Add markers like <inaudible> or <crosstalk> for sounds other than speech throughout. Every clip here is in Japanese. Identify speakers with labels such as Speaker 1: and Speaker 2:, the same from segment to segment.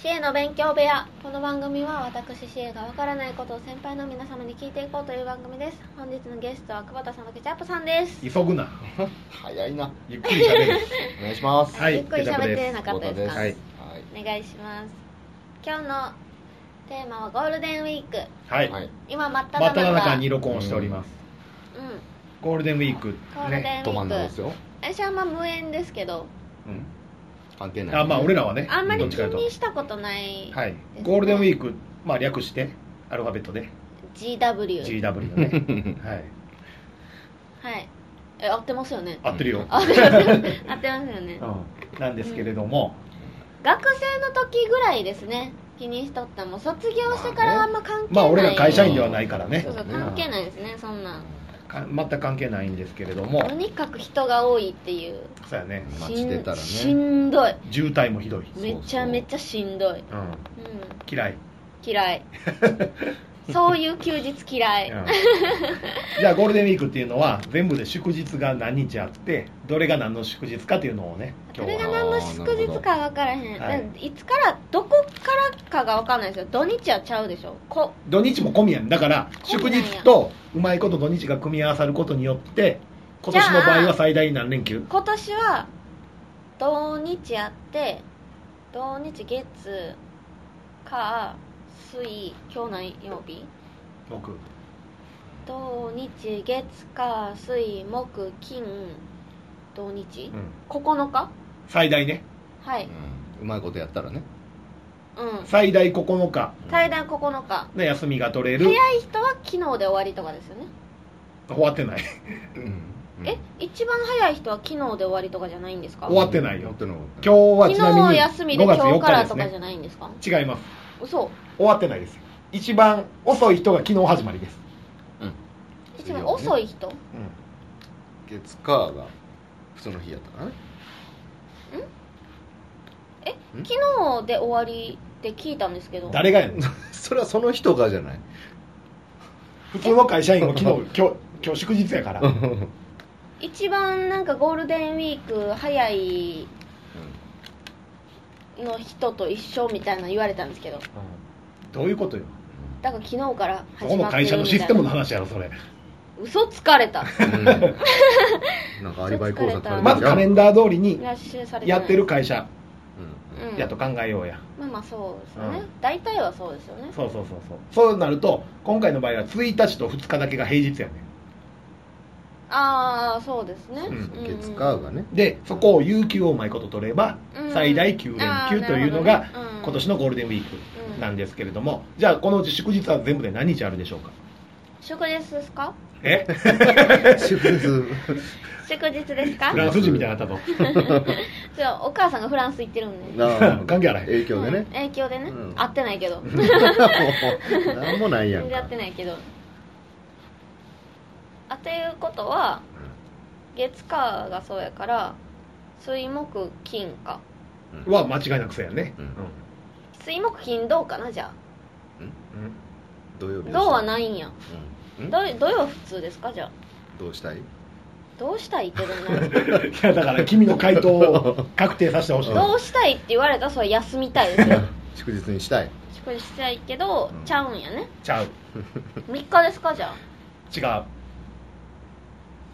Speaker 1: シエの勉強部屋この番組は私シエがわからないことを先輩の皆様に聞いていこうという番組です本日のゲストは久保田さんのケチャップさんです
Speaker 2: 急ぐな <laughs>
Speaker 3: 早いな。
Speaker 2: ゆっくり
Speaker 1: <laughs>
Speaker 2: 喋る
Speaker 3: お願いします。
Speaker 2: はい
Speaker 1: ゆっくり喋ってなか
Speaker 3: 太
Speaker 1: った
Speaker 3: 田
Speaker 1: で
Speaker 3: ですす。
Speaker 1: か
Speaker 2: はい
Speaker 1: お願いします今日のテーマはゴールデンウィーク
Speaker 2: はい、
Speaker 3: はい。
Speaker 1: 今真っ
Speaker 2: 真
Speaker 1: 只
Speaker 2: っ只中
Speaker 1: 中
Speaker 2: に録音しております、
Speaker 1: うん
Speaker 2: ゴールデンウィーク
Speaker 1: ゴールデ
Speaker 2: ね、
Speaker 1: ンウ
Speaker 3: ど真ん
Speaker 1: ィ
Speaker 3: 中で
Speaker 1: ー
Speaker 3: す
Speaker 1: ク
Speaker 3: よ。
Speaker 1: 私はあんま無縁ですけど
Speaker 2: う
Speaker 3: 関係
Speaker 2: ん、
Speaker 3: ない。
Speaker 2: あまあ俺らはね
Speaker 1: あんまり
Speaker 2: どっ
Speaker 1: 気
Speaker 2: ちかと
Speaker 1: にしたことない
Speaker 2: はいゴールデンウィークまあ略してアルファベットで
Speaker 1: GW
Speaker 2: GW のねはい
Speaker 1: はいえ合ってますよね
Speaker 2: 合ってるよ、
Speaker 1: 合ってます合ってますよね
Speaker 2: うん、なんですけれども、
Speaker 1: 学生の時ぐらいですね気にしとったもう卒業してからあんま関係ない、
Speaker 2: まあ俺ら会社員ではないからね
Speaker 1: そうそう関係ないですねそんなん
Speaker 2: か全く関係ないんですけれども
Speaker 1: とにかく人が多いっていう
Speaker 2: そうやね
Speaker 1: し
Speaker 3: 街出
Speaker 1: ん
Speaker 3: たら
Speaker 1: し
Speaker 3: ね。
Speaker 1: んどい
Speaker 2: 渋滞もひどい、
Speaker 1: めちゃめちゃしんどい、うん、
Speaker 2: うん、嫌い、
Speaker 1: 嫌
Speaker 2: <laughs>
Speaker 1: いそういう休日嫌い、
Speaker 2: うんじゃあゴールデンウィークっていうのは全部で祝日が何日あってどれが何の祝日かっていうのをね
Speaker 1: そ
Speaker 2: 今
Speaker 1: れ
Speaker 2: 日
Speaker 1: が
Speaker 2: は
Speaker 1: 何の祝日か分からへん、
Speaker 2: はい
Speaker 1: だからいつからどこからかが分かんないですよ土日はちゃうでしょこ
Speaker 2: 土日も込みやんだから
Speaker 1: 込
Speaker 2: 祝
Speaker 1: みなんや
Speaker 2: 日とうまいこと土日が組み合わさることによって今年の場合は最大何連休
Speaker 1: 今年は土日あって土日月火水今日何曜日
Speaker 2: 僕
Speaker 1: 土日月火水木金土日
Speaker 2: うん
Speaker 1: 9日
Speaker 2: 最大ね
Speaker 1: は
Speaker 3: う
Speaker 1: い
Speaker 3: んうまいことやったらね。
Speaker 1: うん
Speaker 2: 最大9日
Speaker 1: 最大9日
Speaker 2: の休みが取れる
Speaker 1: 早い人は昨日で終わりとかですよね
Speaker 2: 終わってない <laughs>
Speaker 3: うん。
Speaker 1: え一番早い人は昨日で終わりとかじゃないんですか
Speaker 2: 終わってないよ
Speaker 3: 持っての。
Speaker 2: 今日は
Speaker 1: 昨
Speaker 2: ちなみ
Speaker 1: 日
Speaker 2: に
Speaker 1: 休みで
Speaker 2: 5
Speaker 1: 今
Speaker 2: 月4
Speaker 1: 日か
Speaker 2: 日
Speaker 1: ら
Speaker 2: です
Speaker 1: とかじゃ
Speaker 2: ね
Speaker 1: ないんですか
Speaker 2: 違います
Speaker 1: 嘘
Speaker 2: 終わってないです一番遅い人が昨日始まりです、
Speaker 1: 一番遅い人
Speaker 3: 月火が普通の日やったからね。 <laughs>
Speaker 1: 昨日で終わりって聞いたんですけど
Speaker 2: 誰がやねん
Speaker 3: それはその人がじゃない。
Speaker 2: 普通の会社員は昨日今日今日祝日やから
Speaker 1: 一番なんかゴールデンウィーク早いの人と一緒みたいなの言われたんですけど
Speaker 2: どういうことよ
Speaker 1: だから昨日から
Speaker 2: そこ
Speaker 1: 始
Speaker 2: の
Speaker 1: まってるみたいな
Speaker 2: 会社のシステムの話やろそれ
Speaker 1: 嘘つかれた <laughs>
Speaker 3: うんなんかアリバイ工作されて
Speaker 2: まずカレンダー通りに
Speaker 1: いや知らされない
Speaker 2: やってる会社
Speaker 1: うん
Speaker 2: やと考えようや、
Speaker 1: まあまあそうですよね、
Speaker 2: うん
Speaker 1: 大体はそうですよね
Speaker 2: そうそうそうそうそうなると今回の場合は1日と2日だけが平日やね
Speaker 1: ああそうですね、
Speaker 2: う
Speaker 3: うんん
Speaker 1: うん
Speaker 3: 月火がね。
Speaker 2: でそこを有給をうまいこと取れば
Speaker 1: うん
Speaker 2: 最大9連
Speaker 1: あー
Speaker 2: 休という
Speaker 1: な
Speaker 2: のが
Speaker 1: るほどねうん
Speaker 2: 今年のゴールデンウィークなんですけれどもじゃあこのうち祝日は全部で何日あるでしょうか
Speaker 1: 祝日ですか
Speaker 2: え
Speaker 3: 祝日。
Speaker 1: 祝日ですか
Speaker 2: フランス人みたいになったぞ
Speaker 1: そうお母さんがフランス行ってるんで
Speaker 2: <laughs>
Speaker 3: な
Speaker 2: 関係あらへん
Speaker 3: 影響で
Speaker 1: うん
Speaker 3: ね。
Speaker 2: <laughs>
Speaker 1: 影響でね、
Speaker 3: うん
Speaker 1: 会ってないけど
Speaker 3: もうなんもないや
Speaker 1: 全
Speaker 3: ん
Speaker 1: 然会
Speaker 3: か
Speaker 1: ってないけどあということは月火がそうやから水木金か
Speaker 3: うん
Speaker 2: は間違いなくそうやね、
Speaker 3: うん
Speaker 1: 水木金どうかなじゃ
Speaker 2: うん
Speaker 3: 土曜日
Speaker 1: あどうはいないんや
Speaker 3: うん
Speaker 1: ど土曜普通ですかじゃあ
Speaker 3: どうしたい
Speaker 1: どうしたいってどうなる
Speaker 2: <laughs> いやだから君の回答を確定させてほしい
Speaker 1: どうしたいって言われたらそれ休みたいですよ
Speaker 3: 祝日にしたい
Speaker 1: これしたいけど、
Speaker 3: うん
Speaker 1: ちゃうんやね
Speaker 2: ちゃう
Speaker 1: 3日ですかじゃあ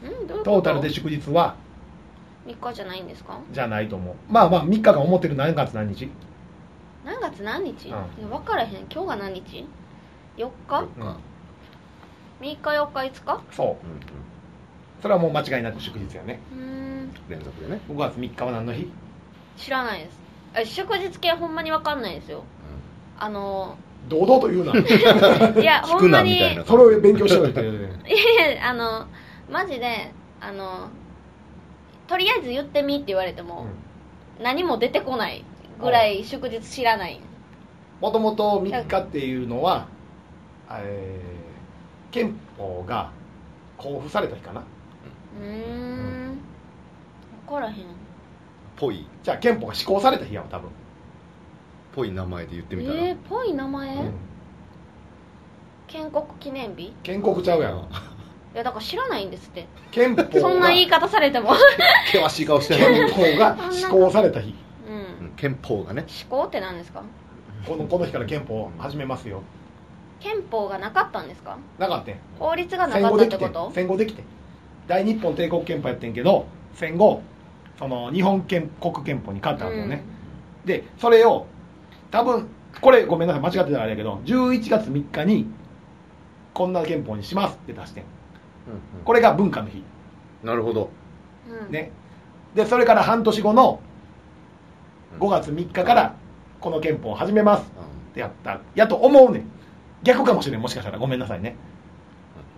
Speaker 2: 違う
Speaker 1: うんどういうこと
Speaker 2: トータルで祝日は
Speaker 1: 3日じゃないんですか
Speaker 2: じゃないと思うまあまあ3日が思ってる何月何日
Speaker 1: 何月何日、
Speaker 2: うん
Speaker 1: いや分からへん今日が何日4日
Speaker 3: うんうん
Speaker 1: 3日4日5日
Speaker 2: そうそれはもう間違いなく祝日やね
Speaker 1: うーん
Speaker 3: 連続でね
Speaker 2: 5月3日は何の日
Speaker 1: 知らないですあ祝日系ほんまに分かんないですよあの
Speaker 2: 堂々と
Speaker 1: <laughs>
Speaker 2: 言うな
Speaker 1: ーいや
Speaker 3: 聞
Speaker 1: ほ
Speaker 3: く
Speaker 1: んま
Speaker 3: な
Speaker 1: に
Speaker 3: み
Speaker 1: い
Speaker 3: た
Speaker 1: や
Speaker 3: い
Speaker 1: い
Speaker 3: な
Speaker 2: それを勉強しといて
Speaker 1: や <laughs> あのマジであのとりあえず言ってみって言われても、何も出てこないぐらい祝日知らない
Speaker 2: もともと3日っていうのは、えー憲法が交付された日かな
Speaker 1: うーん分からへん
Speaker 3: ぽい
Speaker 2: じゃあ憲法が施行された日やわ多分、
Speaker 3: ぽい名前で言ってみたら
Speaker 1: えー、ぽい名前、
Speaker 2: うん
Speaker 1: 建国記念日い
Speaker 2: 建国ちゃうやん
Speaker 1: やだから知らないんですって
Speaker 2: 憲法
Speaker 1: そんな
Speaker 2: が
Speaker 1: 言い方されても
Speaker 3: 険しい顔してる
Speaker 2: 憲法が施行された日
Speaker 1: うん
Speaker 3: 憲法がね
Speaker 1: 思考って何ですか
Speaker 2: このこの日から憲法始めますよ
Speaker 1: 憲法がなかったんですか
Speaker 2: なかったん
Speaker 1: 法律がな
Speaker 2: 戦
Speaker 1: か
Speaker 2: 後
Speaker 1: った
Speaker 2: で
Speaker 1: って
Speaker 2: きて
Speaker 1: こ
Speaker 2: ん
Speaker 1: と
Speaker 2: 戦後できてん大日本帝国憲法やってんけど戦後その日本憲国憲法に勝ったんだよね、でそれを多分これごめんなさい間違ってたらあれやけど11月3日にこんな憲法にしますって出してんこれが文化の日
Speaker 3: なるほど
Speaker 1: うんうん
Speaker 2: ねでそれから半年後の5月3日からこの憲法を始めますってやったやと思うねん逆かもしれんもしかしたらごめんなさいね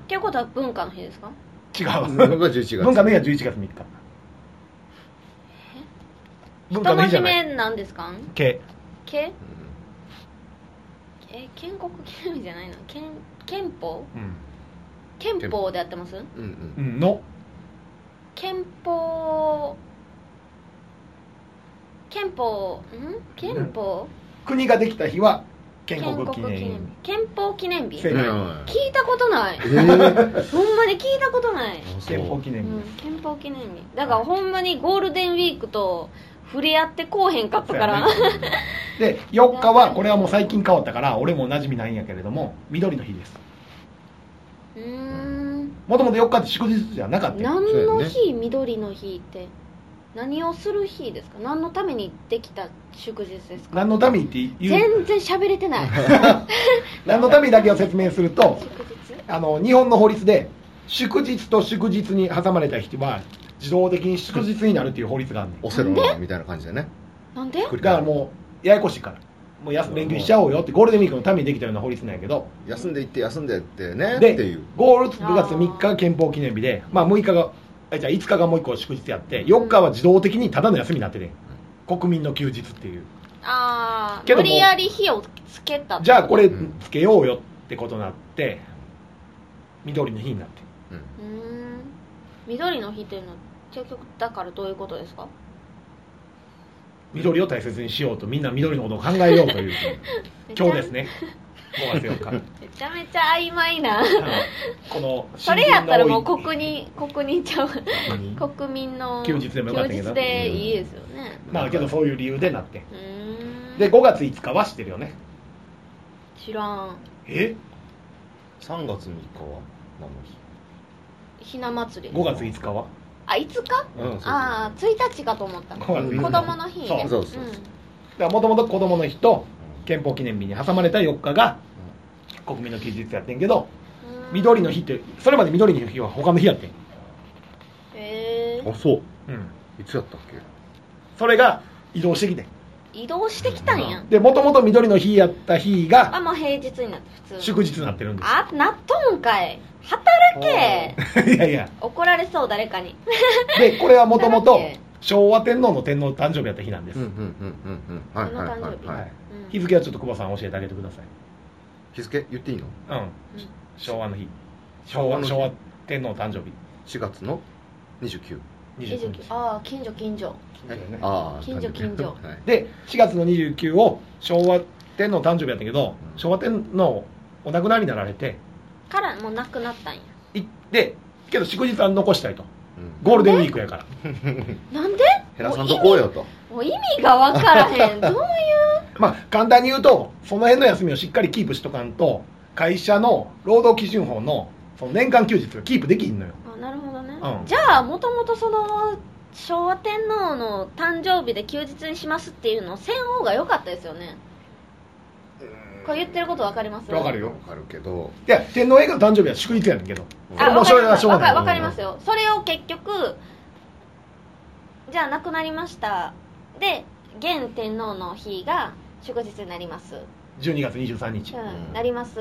Speaker 1: っていうことは文化の日ですか
Speaker 2: 違う
Speaker 3: うん文化11月
Speaker 2: 文化の日は11月3日文化
Speaker 1: 人
Speaker 2: の日じゃ
Speaker 1: 真
Speaker 2: ない
Speaker 1: 面目なんですか
Speaker 2: け
Speaker 1: け
Speaker 3: う
Speaker 1: え建国記念日じゃないの憲憲法
Speaker 2: うん
Speaker 1: 憲法でやってます
Speaker 3: んうん
Speaker 2: うんの
Speaker 1: 憲法憲法ん憲法
Speaker 2: 国ができた日は建国記念日
Speaker 1: 憲法記念日
Speaker 2: せ
Speaker 1: 聞
Speaker 2: う
Speaker 3: うんん
Speaker 1: いたことない
Speaker 3: え
Speaker 1: <laughs>
Speaker 3: ー
Speaker 1: ほんまに聞いたことない、
Speaker 3: そう
Speaker 2: 憲法記
Speaker 1: う
Speaker 2: 念日
Speaker 1: ん、憲法記念日だからほんまにゴールデンウィークと触れ合ってこうへんかったから、
Speaker 2: で4日はこれはもう最近変わったから俺も馴染みないんやけれども緑の日です
Speaker 1: うーん
Speaker 2: もともと4日って祝日じゃなかったよ
Speaker 1: 何の日、緑の日って何をする日ですか何のためにできた祝日ですか
Speaker 2: 何のためにっていう
Speaker 1: 全然喋れて
Speaker 2: <laughs>
Speaker 1: ない
Speaker 2: 何のためにだけを説明すると
Speaker 1: 祝日
Speaker 2: あの日本の法律で祝日と祝日に挟まれた人は自動的に祝日になるっていう法律があるねん
Speaker 3: オセロのみたいな感じだね
Speaker 1: なんで
Speaker 2: だからもうややこしいからもうやす連休しちゃおうよってゴールデンウィークのためにできたような法律なんやけど
Speaker 3: 休んでいって休んでってねって
Speaker 2: で
Speaker 3: いう
Speaker 2: ゴール5月3日が憲法記念日で、まあ、6日があじゃあ5日がもう1個祝日やって4日は自動的にただの休みになってて国民の休日っていう
Speaker 1: ああ
Speaker 2: けど
Speaker 1: 無
Speaker 2: も
Speaker 1: 理やり火をつけた
Speaker 2: じゃあこれ
Speaker 3: うん
Speaker 2: つけようよってことになって緑の日になって
Speaker 3: うん
Speaker 1: うーん緑の日っていうのは結局だからどういうことですか
Speaker 2: 緑を大切にしようとみんな緑のことを考えようという今日ですね5月4日
Speaker 1: めちゃめちゃ曖昧
Speaker 2: <laughs>
Speaker 1: な
Speaker 2: あのこの
Speaker 1: それやったらもう
Speaker 2: 新聞が多い
Speaker 1: 国に国にちゃう国民の
Speaker 2: 休日でもよかったけど
Speaker 1: 休日でいいですよね
Speaker 2: まあけどそういう理由でなって
Speaker 1: うーん
Speaker 2: で5月5日は知ってるよね
Speaker 1: 知らん
Speaker 2: え
Speaker 3: 3月3日は何の日
Speaker 1: ひな祭り
Speaker 2: 5月5日は
Speaker 1: あ5日
Speaker 3: うんそうそう
Speaker 1: ああ1日かと思った
Speaker 2: 5
Speaker 1: 子
Speaker 2: 月5日
Speaker 1: 供の日ね
Speaker 3: そうそうそう
Speaker 2: だからもともと子供の日と
Speaker 3: うん
Speaker 2: 憲法記念日に挟まれた4日が国民の休日やってんけど
Speaker 1: うん
Speaker 2: 緑の日ってそれまで緑の日は他の日やってん、
Speaker 1: へえ
Speaker 3: あそう
Speaker 2: うん、
Speaker 3: いつやったっけ
Speaker 2: それが移動してきてん
Speaker 1: 移動してきたんや
Speaker 2: でもともと緑の日やった日が
Speaker 1: あもう平日になって普通
Speaker 2: 祝日になってるんで
Speaker 1: あなっとんかい働け
Speaker 2: すいやいや
Speaker 1: 怒られそう誰かに
Speaker 2: でこれはもとも
Speaker 1: な
Speaker 2: と
Speaker 1: んだっけ
Speaker 2: 昭和天皇の天皇誕生日やった日なんです、
Speaker 3: うんうんうんうんうんはいはいはい
Speaker 1: この誕生日
Speaker 3: はい
Speaker 1: うん
Speaker 2: 日付はちょっと久保さん教えてあげてください
Speaker 3: 日付言っていいの
Speaker 2: うん、
Speaker 1: うん
Speaker 2: 昭和の日昭和昭
Speaker 3: 昭和
Speaker 2: 和
Speaker 3: の日
Speaker 2: 天皇誕生日
Speaker 3: 4月の29
Speaker 2: 29
Speaker 1: 29ああ近所近所
Speaker 2: ね
Speaker 3: ああ
Speaker 1: 近所近所
Speaker 3: <laughs> はい
Speaker 2: で4月の29を昭和天皇誕生日やったけど、
Speaker 3: うん
Speaker 2: 昭和天皇お亡くなりになられて
Speaker 1: からもうなくなったんや
Speaker 2: いでけど祝日は残したいと
Speaker 3: うん
Speaker 2: ゴールデンウィークやから
Speaker 1: なんで
Speaker 3: 減らさんとこうよと
Speaker 1: もう意味がわからへ
Speaker 3: <laughs>
Speaker 1: んどういう
Speaker 2: まあ簡単に言うとその辺の休みをしっかりキープしとかんと会社の労働基準法のその年間休日がキープできんのよ
Speaker 1: あなるほどね、
Speaker 2: うん
Speaker 1: じゃあもともとその昭和天皇の誕生日で休日にしますっていうのをせん方が良かったですよねこれ言ってることわかります
Speaker 2: わかるよ
Speaker 3: わかるけど
Speaker 2: いや天皇陛下の誕生日は祝日やねんけど
Speaker 3: うん
Speaker 2: こ
Speaker 1: あ
Speaker 2: れも
Speaker 1: わ
Speaker 2: う
Speaker 1: か
Speaker 2: そ
Speaker 1: り
Speaker 2: れ
Speaker 1: ま
Speaker 2: は
Speaker 1: す
Speaker 2: しょ
Speaker 1: わ
Speaker 2: うがない
Speaker 1: かわかりますよそれを結局じゃあ亡くなりましたで現天皇の日が祝日になります、
Speaker 2: 12月23日
Speaker 1: うん、なります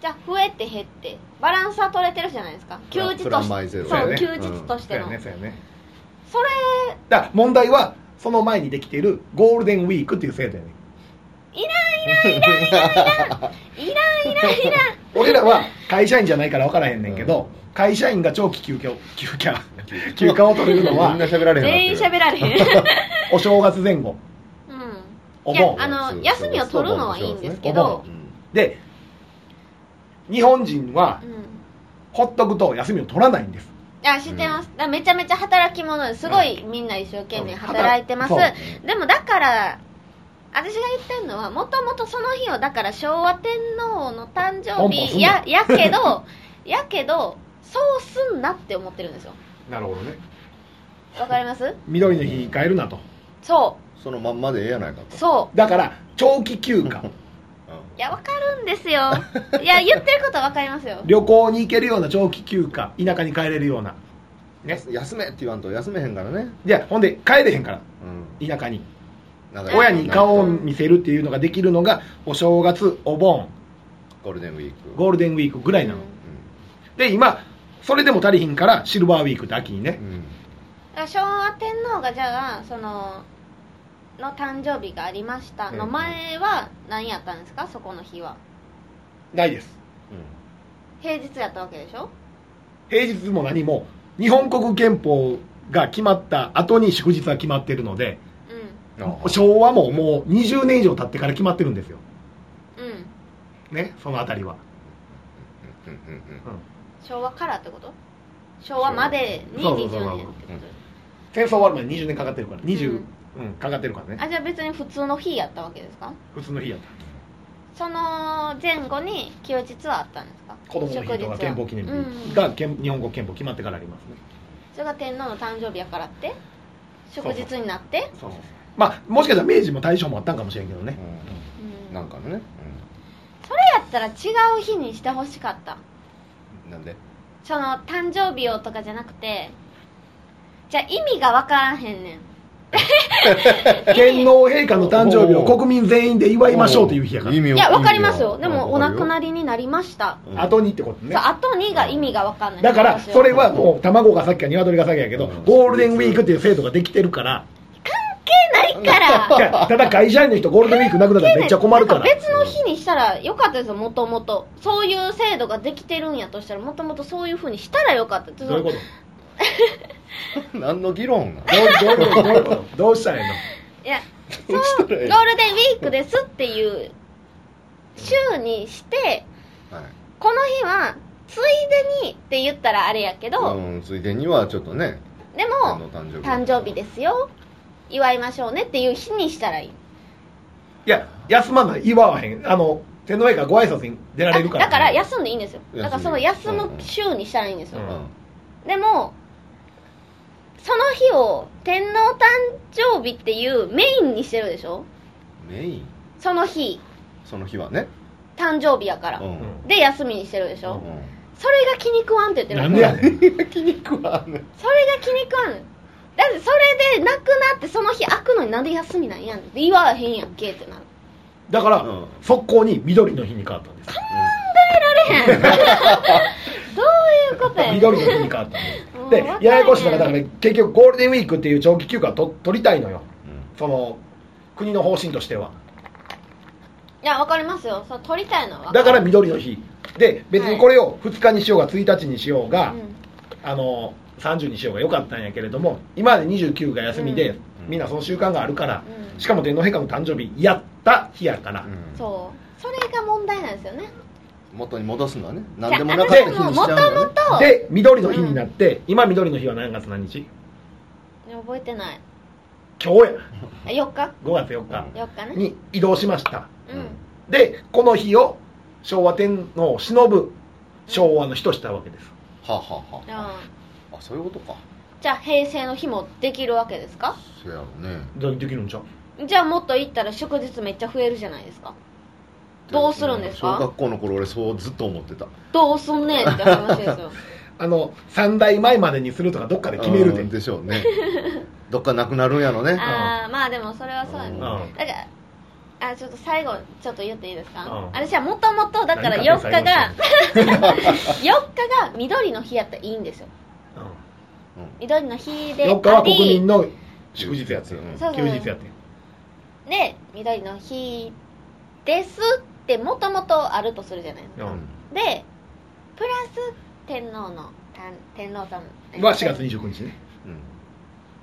Speaker 1: じゃあ増えて減ってバランスは取れてるじゃないですか休日
Speaker 3: プ
Speaker 1: と
Speaker 3: ラ
Speaker 1: し
Speaker 3: ンマイ
Speaker 1: て
Speaker 3: ゼロ
Speaker 1: そう、
Speaker 2: だ
Speaker 1: 休
Speaker 3: よね
Speaker 1: 日とし
Speaker 2: そう
Speaker 1: ての、
Speaker 2: やねそうやね
Speaker 1: それ
Speaker 2: だから問題はその前にできているゴールデンウィークっていう制度やねん
Speaker 1: いらんいらんいらん
Speaker 2: 俺らは会社員じゃないから分からへんねんけど、会社員が長期休暇を休 <laughs> 暇休暇を取れるの
Speaker 3: みんな
Speaker 2: は
Speaker 3: 喋られへん
Speaker 1: 全員
Speaker 3: ようになってる
Speaker 1: 喋られへん
Speaker 2: お正月前後
Speaker 1: う
Speaker 2: お
Speaker 1: んいや
Speaker 2: 盆
Speaker 1: あの休みを取るのはいいんですけ
Speaker 2: お
Speaker 1: ど
Speaker 2: 盆、
Speaker 3: うん
Speaker 2: で日本人は
Speaker 1: うん、い
Speaker 2: ほっとくと休みを取らないんです
Speaker 1: や知ってます、だからめちゃめちゃ働き者ですごいみんな一生懸命働いてます、
Speaker 2: うん
Speaker 1: でもだから私が言ってんのはもともとその日をだから昭和天皇の誕生
Speaker 2: ポンポンすん
Speaker 1: 日
Speaker 2: な
Speaker 1: ややけど <laughs> やけどそうすんなって思ってるんですよ
Speaker 2: なるほどね
Speaker 1: わかります
Speaker 2: 緑の日に変えるなと
Speaker 1: そ
Speaker 3: そのまんまでええやないか
Speaker 1: う
Speaker 3: と
Speaker 1: そ
Speaker 2: だから長期休暇
Speaker 1: ういやわかるんですよいや言ってることわかりますよ
Speaker 2: 旅行に行けるような長期休暇田舎に帰れるような
Speaker 3: うんやす休めって言わんと休めへんからね、
Speaker 2: じゃあほんで帰れへんから
Speaker 3: うん
Speaker 2: 田舎に
Speaker 3: なんか
Speaker 2: 親に顔を見せるっていうのができるのがお正月お盆
Speaker 3: ゴールデンウィーク
Speaker 2: ゴールデンウィークぐらいな
Speaker 1: う
Speaker 2: の、
Speaker 1: ん
Speaker 2: で今それでも足りひんからシルバーウィークって秋に
Speaker 3: う
Speaker 2: ね
Speaker 3: ん、うん
Speaker 1: だから昭和天皇がじゃあそのの誕生日がありましたの前は何やったんですかそこの日は
Speaker 2: ないです
Speaker 1: 平日やったわけでしょ
Speaker 2: 平日も何も日本国憲法が決まった後に祝日は決まってるので
Speaker 1: う
Speaker 3: ああ
Speaker 2: 昭和ももう20年以上経ってから決まってるんですよ
Speaker 1: んうん
Speaker 2: ねそのあたりは
Speaker 3: うんうんうん
Speaker 1: 昭和からってこと昭和までに
Speaker 2: そう
Speaker 1: 20
Speaker 2: そ
Speaker 1: 年
Speaker 2: うそうそう
Speaker 1: ってことです
Speaker 2: 戦争終わるまで20年かかってるから20、
Speaker 1: うん
Speaker 2: うんかかってるからね
Speaker 1: あじゃあ別に普通の日やったわけですか
Speaker 2: 普通の日やった
Speaker 1: その前後に休日はあったんですか
Speaker 2: 子供の日とか
Speaker 1: 祝
Speaker 2: 憲法記念
Speaker 1: うん
Speaker 2: 日が憲日本国憲法決まってからありますね
Speaker 1: それが天皇の誕生日やからって祝日になって
Speaker 2: そうそうまあもしかしたら明治も大正もあったんかもしれんけどね、 <laughs>
Speaker 1: う
Speaker 3: うんなんかのね、
Speaker 1: それやったら違う日にしてほしかった
Speaker 3: うん、なんで
Speaker 1: その誕生日をとかじゃなくてじゃあ意味が分からへんねん
Speaker 2: 天皇陛下の誕生日を国民全員で祝いましょうという日やから
Speaker 3: 意味を
Speaker 1: いや分かりますよでもお亡くな
Speaker 3: り、
Speaker 1: りになりました、
Speaker 3: うん
Speaker 2: 後にってことね
Speaker 1: そう後にが意味が分かんない
Speaker 2: だから
Speaker 1: 私は
Speaker 2: それはもう卵が先か鶏が先やけど
Speaker 3: うん
Speaker 2: ゴールデンウィークっていう制度ができてるから
Speaker 1: 関係ない
Speaker 2: <laughs>
Speaker 1: から
Speaker 2: いやただ会社員の人ゴールデンウィークなくなったらめっちゃ困るから
Speaker 1: 別の日にしたらよかったですよもともとそういう制度ができてるんやとしたらもともとそういうふうにしたらよかった
Speaker 2: どういうこと
Speaker 3: 何の議論な
Speaker 2: どう
Speaker 3: ん
Speaker 2: どうどういうことどうしたらいいの
Speaker 1: いや
Speaker 3: どうしたら
Speaker 1: ゴ
Speaker 3: い
Speaker 1: ール
Speaker 3: いの
Speaker 1: デンウィークですっていう週にして
Speaker 3: はい
Speaker 1: この日はついでにって言ったらあれやけど、
Speaker 3: うん、ついでにはちょっとね
Speaker 1: で
Speaker 3: あ
Speaker 1: も
Speaker 3: の誕生日
Speaker 1: 誕生日ですよ祝いましょうねっていう日にしたらいい
Speaker 2: いや休まない祝わへんあの天皇陛下ご挨拶に出られるから
Speaker 1: だから休んでいいんですよ
Speaker 3: 休み
Speaker 1: だからその休む週にしたらいいんですよ、
Speaker 2: うん
Speaker 1: でもその日を天皇誕生日っていうメインにしてるでしょ
Speaker 3: メイン
Speaker 1: その日
Speaker 3: その日はね
Speaker 1: 誕生日やから、
Speaker 3: うん
Speaker 1: で休みにしてるでしょ、
Speaker 2: う
Speaker 1: それが気に食わんって言ってる
Speaker 2: なんでやねん
Speaker 3: 焼肉はね
Speaker 1: それが気に食わんだってそれでなくなってその日開くのになんで休みなんやんって言わへんやんけ
Speaker 2: <laughs>
Speaker 1: ってなる
Speaker 2: だから
Speaker 3: うん
Speaker 2: 速攻に緑の日に変わったんです <laughs>
Speaker 1: どういうことやねん
Speaker 2: 緑の日に変わったんです
Speaker 1: もう
Speaker 2: で
Speaker 1: わかん
Speaker 2: ややこしいのがだから
Speaker 1: へん
Speaker 2: 結局ゴールデンウィークっていう長期休暇をと取りたいのよその国の方針としてはい
Speaker 1: やわかりますよそう取りたいのはわ
Speaker 2: だ
Speaker 1: る
Speaker 2: から緑の日で別にこれを2日にしようが1日にしようが、
Speaker 1: うん
Speaker 2: あの30にしようがよかったんやけれども今まで29が休みで、
Speaker 1: うん
Speaker 2: みんなその習慣があるから、
Speaker 1: うん
Speaker 2: しかも天皇陛下の誕生日やった日やから、
Speaker 1: そうそれが問題なんですよね
Speaker 3: うん元に戻すのはね
Speaker 1: じゃ
Speaker 3: 何でも
Speaker 1: あ
Speaker 3: なかった
Speaker 1: 私
Speaker 3: 日に
Speaker 1: も
Speaker 3: し
Speaker 1: も
Speaker 3: ち
Speaker 1: と
Speaker 3: ゃう
Speaker 1: も
Speaker 3: のね
Speaker 1: と
Speaker 2: で緑の日になって、今緑の日は何月何日
Speaker 1: 覚えてない
Speaker 2: 今日や
Speaker 1: あ4日
Speaker 2: 5月4日
Speaker 1: 4日ね
Speaker 2: に移動しました
Speaker 1: うん
Speaker 2: でこの日を昭和天皇を偲ぶ昭和の日としたわけです
Speaker 3: はあはあは
Speaker 1: じゃ
Speaker 3: あ
Speaker 1: あ
Speaker 3: あそういうことか
Speaker 1: じゃあ平成の日もできるわけですか
Speaker 3: そうやろうね
Speaker 2: どうできるんちゃう
Speaker 1: じゃあもっと行ったら祝日めっちゃ増えるじゃないですかどうするんですか
Speaker 3: 小学校の頃俺そうずっと思ってた
Speaker 1: どうすんねんって話です
Speaker 3: <laughs>
Speaker 1: よ
Speaker 2: あの3代前までにするとかどっかで決めるで、
Speaker 3: うんでしょうねどっかなくなるんやろね
Speaker 1: ああまあでもそれはそうや
Speaker 3: う
Speaker 1: ね
Speaker 3: ん
Speaker 1: だからあちょっと最後ちょっと言っていいですか
Speaker 2: うん
Speaker 1: 私はもともとだから4
Speaker 2: 何勝手
Speaker 1: 日
Speaker 2: に最
Speaker 1: が
Speaker 2: 後
Speaker 1: <laughs> 4日が緑の日やったらいいんですよ
Speaker 2: う
Speaker 1: 緑の日で
Speaker 2: ん、4日は国民の祝日やつよ、
Speaker 3: うん
Speaker 1: そうそう
Speaker 2: 休日やって
Speaker 1: で緑の日ですってもともとあるとするじゃないですか
Speaker 2: よ、
Speaker 1: でプラス天皇のたん天皇さん
Speaker 2: うん、は4月29日ね
Speaker 3: うん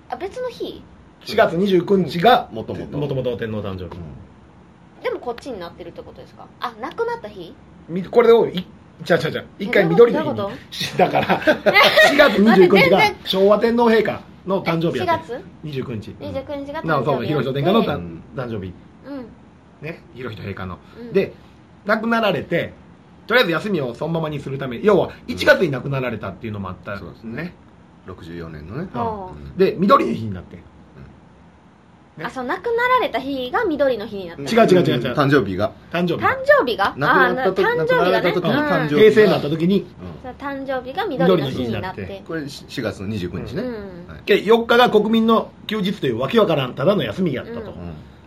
Speaker 1: あ別の日
Speaker 2: 4月29日が
Speaker 3: もともと
Speaker 2: もともと天皇誕生
Speaker 3: う
Speaker 2: 日
Speaker 3: ん
Speaker 1: でもこっちになってるってことですかあなくなった日
Speaker 2: みこれをいちゃうちゃうちゃう一回
Speaker 1: えどうい
Speaker 2: 緑
Speaker 1: う
Speaker 2: の日
Speaker 1: どういう
Speaker 2: に
Speaker 1: こ
Speaker 2: しだか
Speaker 1: <laughs>
Speaker 2: ら4月29日が昭和天皇陛下の誕生日
Speaker 1: 4
Speaker 2: やった
Speaker 1: 月
Speaker 2: 29日
Speaker 1: 29日が
Speaker 2: な
Speaker 1: 誕
Speaker 2: おそう
Speaker 1: 生日やっ
Speaker 2: 広島
Speaker 1: て
Speaker 2: 天下の
Speaker 3: 誕
Speaker 2: 誕生日
Speaker 1: うん
Speaker 2: ね広仁陛下の、
Speaker 1: うん
Speaker 2: で亡くなられてとりあえず休みをそのままにするため要は1月に亡くなられたっていうのもあった、
Speaker 3: うんそうですね64年のね
Speaker 2: あ
Speaker 1: おう
Speaker 3: うん
Speaker 2: で緑の日になってね
Speaker 1: あそう亡くなられた日が緑の日になった
Speaker 2: 違う違う違う違う
Speaker 3: 誕生日が
Speaker 2: 誕生日
Speaker 1: 誕生日がああ
Speaker 3: 亡くなった時
Speaker 1: 誕生日がね
Speaker 3: 亡くなられた時の誕生日
Speaker 2: 平成になった時に
Speaker 3: う
Speaker 1: そう誕生日が緑の日になって
Speaker 3: んこれ4月の29日
Speaker 1: う
Speaker 3: ね
Speaker 1: ん
Speaker 3: はい
Speaker 2: で4日が国民の休日というわけわからんただの休みやったと、
Speaker 1: う
Speaker 3: うんあん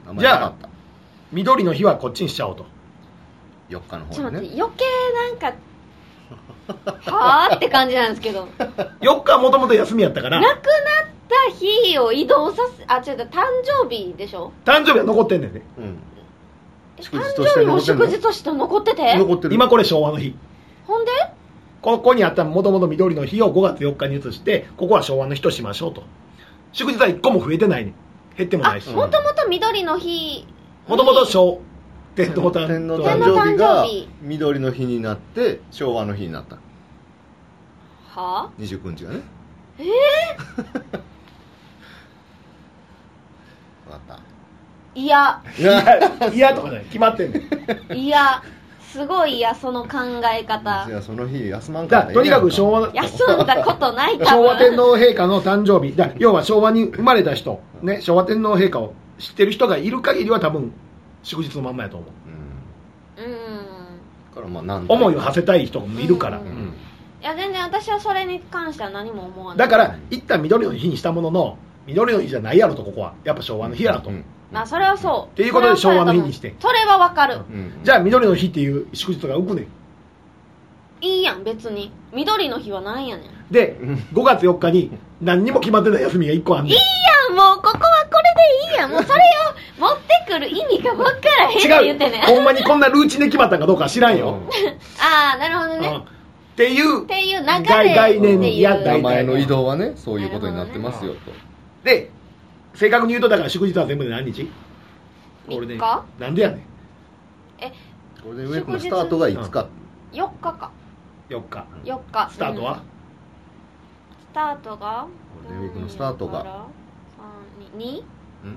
Speaker 3: まり
Speaker 2: じゃあ
Speaker 3: なかった
Speaker 2: 緑の日はこっちにしちゃおうと
Speaker 3: 4日の
Speaker 1: ちょっ
Speaker 3: 方
Speaker 1: と待っ
Speaker 3: に
Speaker 1: て
Speaker 3: ね
Speaker 1: 余計なんかはあって感じなんですけ
Speaker 3: <laughs>
Speaker 1: ど亡く
Speaker 2: 4日はもともと休みやったから
Speaker 1: なった日を移動させあ違う誕生日でしょ
Speaker 2: 誕生日は残ってんねんで
Speaker 3: うん祝
Speaker 1: 誕
Speaker 3: 日と
Speaker 1: 生
Speaker 3: し
Speaker 1: 日
Speaker 3: て
Speaker 1: も
Speaker 3: 残ってん
Speaker 1: 祝
Speaker 3: の
Speaker 1: 日として残ってて
Speaker 3: 残ってる
Speaker 2: 今これ昭和の日
Speaker 1: ほんで
Speaker 2: ここにあったもともと緑の日を5月4日に移してここは昭和の日としましょうと祝日は1個も増えてないねん減っても
Speaker 1: あ
Speaker 2: ないし
Speaker 3: うん
Speaker 1: もともと緑の日
Speaker 2: もともと昭天皇誕
Speaker 3: 天皇
Speaker 1: 天
Speaker 3: 誕
Speaker 1: 皇
Speaker 3: 生日が
Speaker 1: 天皇誕生日
Speaker 3: 緑の日になって昭和の日になった
Speaker 1: はあ
Speaker 3: 29日がね
Speaker 1: え
Speaker 3: <laughs> 分かった
Speaker 1: ー、いや
Speaker 2: <laughs> いやいやとかない決まってんねん
Speaker 1: いやすごいいやその考え方
Speaker 3: <laughs> じゃあその日休まん
Speaker 2: だ
Speaker 3: かっ
Speaker 2: から
Speaker 3: た
Speaker 2: とにかく昭和 <laughs>
Speaker 1: 休んだことないか
Speaker 2: 昭
Speaker 1: も
Speaker 2: 和天皇陛下の誕生日だ要は昭和に生まれた人、ね、昭和天皇陛下を知ってる人がいる限りは多分祝日のまんまやと思う
Speaker 3: う
Speaker 1: う
Speaker 3: ん
Speaker 1: ん
Speaker 3: だからまあなん
Speaker 2: 思いを馳せたい人もいるから、
Speaker 1: う
Speaker 3: うんん
Speaker 1: いや全然私はそれに関しては何も思わない
Speaker 2: だから一旦緑の日にしたものの緑の日じゃないやろとここはやっぱ昭和の日やろと、
Speaker 3: うん
Speaker 1: まあそれはそう
Speaker 2: っていうことで
Speaker 1: それはそうや思
Speaker 2: 昭和の日にして
Speaker 1: それはわかる
Speaker 3: うん
Speaker 2: じゃあ緑の日っていう祝日が浮くねん
Speaker 1: いいやん別に緑の日はなんやねんい
Speaker 2: で
Speaker 3: うん
Speaker 2: 5月4日に何にも決まってない休みが1個あんねん
Speaker 1: やんもうここはこれでいいやんもうそれを持ってくる意味がわからへんって言
Speaker 2: 違
Speaker 1: っ
Speaker 2: う
Speaker 1: てね
Speaker 2: ほんまにこんなルーチンで決まったんかどうかは知らんよ、
Speaker 1: ああなるほど
Speaker 2: うん
Speaker 1: ね、
Speaker 2: っていう
Speaker 1: っていう流れ
Speaker 2: 概 <laughs> 念
Speaker 1: っていう
Speaker 2: や
Speaker 3: 名前の移動はねそういうことになってますよと
Speaker 2: で正確に言うとだから祝日は全部で何日
Speaker 1: 三日
Speaker 2: 俺ねなんでやねん
Speaker 3: ゴールデンウィークのスタートがいつか
Speaker 1: 4日か
Speaker 2: 4日
Speaker 1: 4日
Speaker 2: スタート
Speaker 1: うん
Speaker 2: は、
Speaker 1: スタートが
Speaker 3: ゴールデンウィークのスタートがうん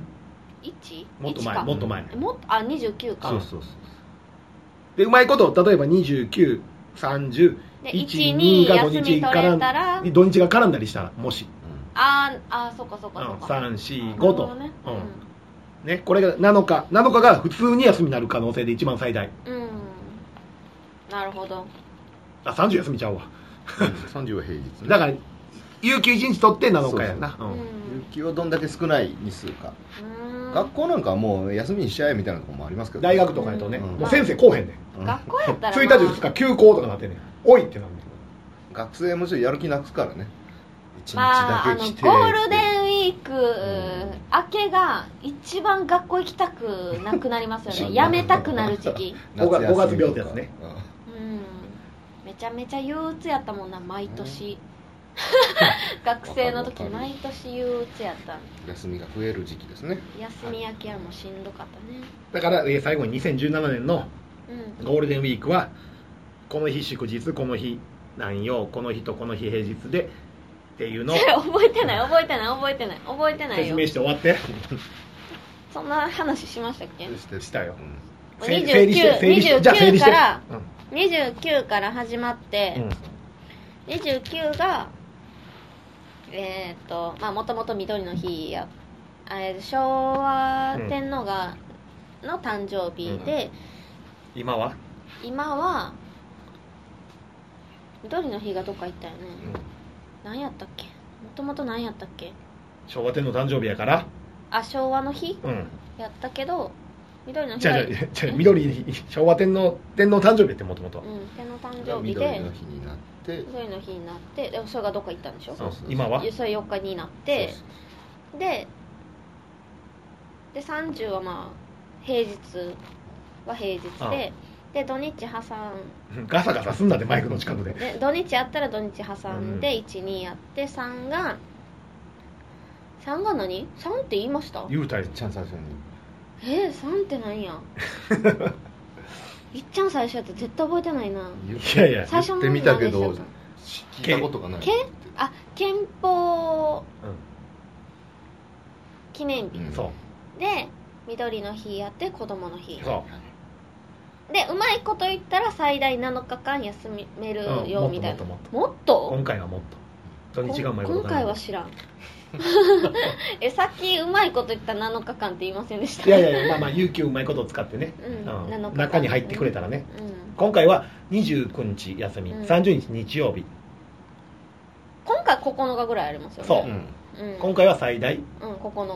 Speaker 2: もっと前
Speaker 1: 321
Speaker 2: もっと前、
Speaker 3: う
Speaker 1: もっとあ29か
Speaker 3: そうそうそう
Speaker 2: でうまいこと例えば293012
Speaker 1: で12
Speaker 2: が土
Speaker 1: 休み取
Speaker 2: 日
Speaker 1: れた
Speaker 2: からら土日が絡んだりしたらもし、
Speaker 1: あーあーそうかそう
Speaker 2: う
Speaker 1: か
Speaker 2: ん、
Speaker 1: そうか、なる
Speaker 2: 345
Speaker 1: ほ
Speaker 2: と、
Speaker 1: どね
Speaker 2: うんね、これが7日7日が普通に休みになる可能性で一番最大
Speaker 1: うん、うん、なるほど
Speaker 2: あ30休みちゃうわ
Speaker 3: うん30は平日ね
Speaker 2: だから有給1日取って7日やな
Speaker 1: う
Speaker 2: うんん
Speaker 3: 有給をどんだけ少ない日数か
Speaker 1: うん
Speaker 3: 学校なんかはもう休みにしちゃえみたいなところもありますけど
Speaker 2: 大学とかやとね、
Speaker 3: うん
Speaker 2: もう先生来おへんねん
Speaker 3: うん
Speaker 1: 学校やったら、
Speaker 2: 1日2日休校とかなってんねんおいってなんねん
Speaker 3: 学生もちょっとやる気なくすからね一日
Speaker 1: まあ、あ
Speaker 3: だ
Speaker 1: の
Speaker 3: け
Speaker 1: ゴ
Speaker 3: 来て
Speaker 1: ールデンウィーク
Speaker 3: ん
Speaker 1: 明けが一番学校行きたくなくなります
Speaker 3: そ
Speaker 1: よ
Speaker 3: う
Speaker 1: ねやめたくなる時期
Speaker 3: 夏休みとか
Speaker 2: 五月病ってやつね
Speaker 1: うんめちゃめちゃ憂鬱やったもんな毎年 <laughs> 学生の時
Speaker 3: わかるわかる
Speaker 1: 毎年憂鬱やった
Speaker 3: うん休みが増える時期ですね
Speaker 1: 休み明けはもうしんどかった
Speaker 2: だから、えー最後に2017年の
Speaker 1: ね
Speaker 2: ゴールデンウィークはこの日祝日この日何曜この日とこの日平日でっていう
Speaker 1: うん
Speaker 2: の
Speaker 1: そ
Speaker 2: を
Speaker 1: れ <laughs> <laughs> 覚えてない覚えてない覚えてない覚えてない
Speaker 2: 説
Speaker 1: よ
Speaker 2: 明して終わって
Speaker 1: そんな話しましたっけ
Speaker 3: して
Speaker 2: したよ
Speaker 3: う
Speaker 2: せ整理して整理してじゃあ整
Speaker 1: 29
Speaker 2: 理し
Speaker 1: か
Speaker 2: て
Speaker 1: ら29から始まって、
Speaker 2: うんうん
Speaker 1: 29がえーっとまあもともと緑の日やあえー昭和天皇が、の誕生日で、
Speaker 2: 今は
Speaker 1: 今は緑の日がどっか行ったよね、何やったっけもともと何やったっけ
Speaker 2: 昭和天皇誕生日やから
Speaker 1: あ昭和の日
Speaker 2: うん
Speaker 1: やったけど緑の日
Speaker 2: じゃ
Speaker 1: が
Speaker 2: あじゃあ緑の日昭和天皇天皇誕生日ってもともと
Speaker 1: うん天皇誕
Speaker 3: ん
Speaker 1: 生日
Speaker 3: 緑
Speaker 1: で
Speaker 3: の日になって
Speaker 1: 緑の日になってでもそれがどっか行ったんでしょ
Speaker 3: そうそう
Speaker 2: 今は
Speaker 1: それ4日になってでで30はまあ平日は平日でで土日挟
Speaker 2: ガサガサすんなってマイクの近くで
Speaker 1: んで土日やったら土日挟んで12やって3が3が何 ?3 って言いました
Speaker 2: 言うたよ
Speaker 3: ちゃん最初に
Speaker 1: えー、3って何
Speaker 3: <laughs>
Speaker 1: やいっちゃん最初やったら絶対覚えてないない
Speaker 2: いやいや
Speaker 1: 最初の
Speaker 3: 言ってみたけ
Speaker 1: 何
Speaker 3: ど
Speaker 1: でしたっ
Speaker 3: 聞いたことがない
Speaker 1: けあ憲法
Speaker 2: うん
Speaker 1: 記念日
Speaker 3: うん
Speaker 2: そう
Speaker 1: で緑の日やって子供の日
Speaker 2: そ
Speaker 1: でうまいこと言ったら最大7日間休めるよ
Speaker 2: うん
Speaker 1: みたいな
Speaker 2: もっと
Speaker 1: もっと
Speaker 2: 今回はもっと土日がうまいこと
Speaker 1: 今
Speaker 2: 考え
Speaker 1: 回は知ら
Speaker 2: <laughs>
Speaker 1: んえさっきうまいこと言った7日間って言いませんでした
Speaker 2: いやいやいやまあまあ有給うまいことを使ってね、
Speaker 1: うん
Speaker 2: うん
Speaker 1: 7日間
Speaker 2: 中に入ってくれたらね
Speaker 1: うん
Speaker 2: 今回は29日休み、
Speaker 1: うん
Speaker 2: 30日日曜日
Speaker 1: 今回9日ぐらいありますよね
Speaker 2: そう
Speaker 3: うん
Speaker 1: うん、うん、
Speaker 2: 今回は最大
Speaker 1: 9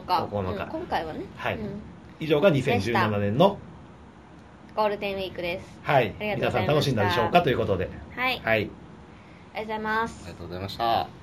Speaker 1: 日
Speaker 2: 9日
Speaker 1: うん今回はね、
Speaker 2: はい
Speaker 1: うん
Speaker 2: 以上が2017年の、
Speaker 1: ゴールデンウィークです
Speaker 2: はい、
Speaker 1: ありがと
Speaker 2: 皆
Speaker 1: うご
Speaker 2: さ
Speaker 1: ざ
Speaker 2: ん
Speaker 1: いました
Speaker 2: 楽しんだでしょうかということで
Speaker 1: はい、あり
Speaker 2: はい
Speaker 1: がとうございま
Speaker 3: あ
Speaker 1: す
Speaker 3: りがとうございました